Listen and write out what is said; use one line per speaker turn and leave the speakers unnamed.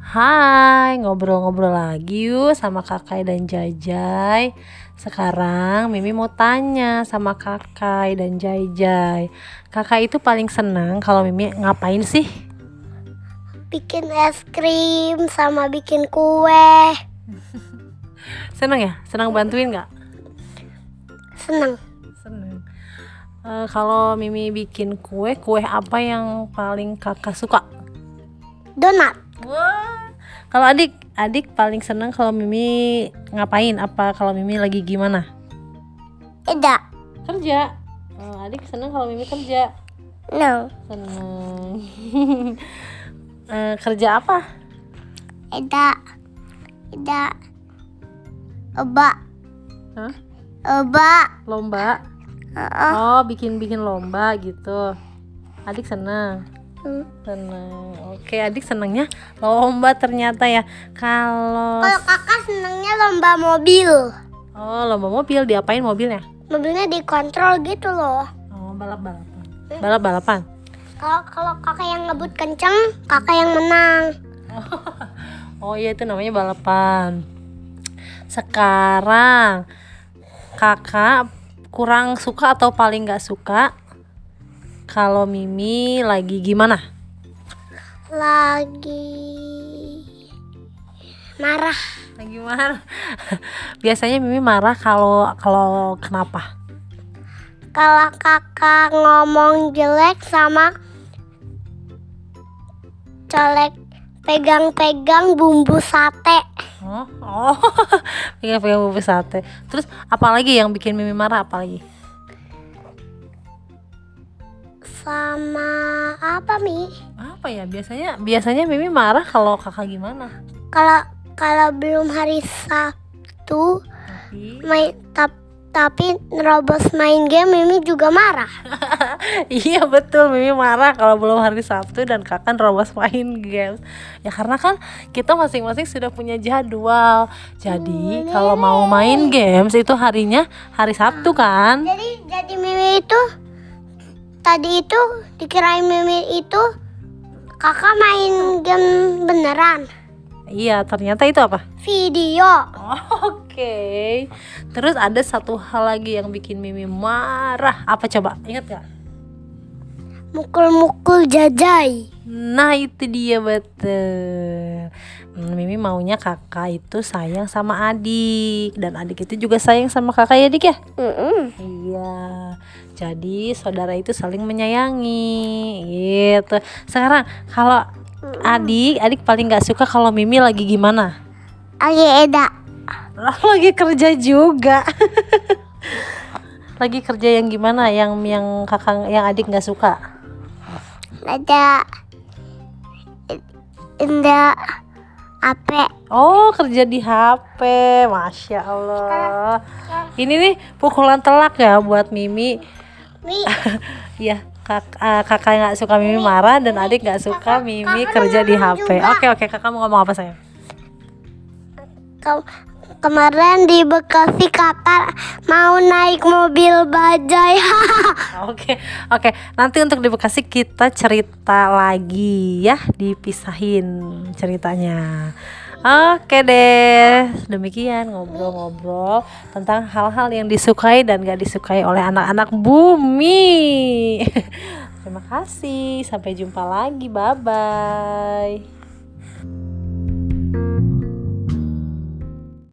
Hai, ngobrol-ngobrol lagi yuk sama Kakai dan Jajai. Sekarang Mimi mau tanya sama Kakai dan Jajai. Kakak itu paling senang kalau Mimi ngapain sih?
Bikin es krim sama bikin kue.
Seneng ya? Senang bantuin nggak?
Seneng
Seneng. Eh, kalau Mimi bikin kue, kue apa yang paling kakak suka?
donat.
Wah. Kalau adik, adik paling senang kalau Mimi ngapain? Apa kalau Mimi lagi gimana?
Tidak.
Kerja. Eh, adik senang kalau Mimi kerja.
No.
Senang. Eh, kerja apa?
Tidak. Tidak. Eba.
Hah?
Eba.
Lomba. Oh, bikin-bikin lomba gitu. Adik senang.
Hmm.
Senang. Oke, adik senangnya lomba ternyata ya. Kalau
Kalau kakak senangnya lomba mobil.
Oh, lomba mobil diapain mobilnya?
Mobilnya dikontrol gitu loh.
Oh, balap-balapan. Balap-balapan.
Kalau kalau kakak yang ngebut kenceng, kakak yang menang.
Oh iya itu namanya balapan. Sekarang kakak kurang suka atau paling nggak suka kalau Mimi lagi gimana?
Lagi marah
Lagi marah. Biasanya Mimi marah kalau kalau kenapa?
kalau kakak ngomong jelek sama colek pegang-pegang bumbu sate
Oh, oh. pegang-pegang bubur sate. Terus apalagi yang bikin Mimi marah apalagi?
sama apa mi
Apa ya? Biasanya biasanya Mimi marah kalau kakak gimana?
kalau kalau belum hari Sabtu
Tapi
main tap, tapi nerobos main game Mimi juga marah
iya betul Mimi marah kalau belum hari Sabtu dan kakak nerobos main games ya karena kan kita masing-masing sudah punya jadwal jadi kalau mau main games itu harinya hari Sabtu kan
jadi jadi Mimi itu tadi itu dikirain Mimi itu kakak main game beneran
iya ternyata itu apa
video
oke terus ada satu hal lagi yang bikin Mimi marah apa coba ingat gak
mukul-mukul jajai
Nah itu dia betul Hmm, Mimi maunya kakak itu sayang sama adik Dan adik itu juga sayang sama kakak ya dik ya? Iya Jadi saudara itu saling menyayangi gitu Sekarang kalau adik, adik paling gak suka kalau Mimi lagi gimana?
Oke Eda
Lah, lagi kerja juga Lagi kerja yang gimana? Yang yang kakak, yang adik gak suka?
ada Eda apa
Oh kerja di HP, masya Allah. Ini nih pukulan telak ya buat Mimi.
Mi
ya kak, eh, kakak nggak suka Mimi marah dan adik nggak suka Mimi kerja di HP. Oke oke kakak mau ngomong apa sayang?
ke- kemarin di Bekasi kakak mau naik mobil bajai
Oke oke nanti untuk di Bekasi kita cerita lagi ya dipisahin ceritanya. Oke deh, demikian ngobrol-ngobrol tentang hal-hal yang disukai dan gak disukai oleh anak-anak bumi. Terima kasih, sampai jumpa lagi, bye-bye.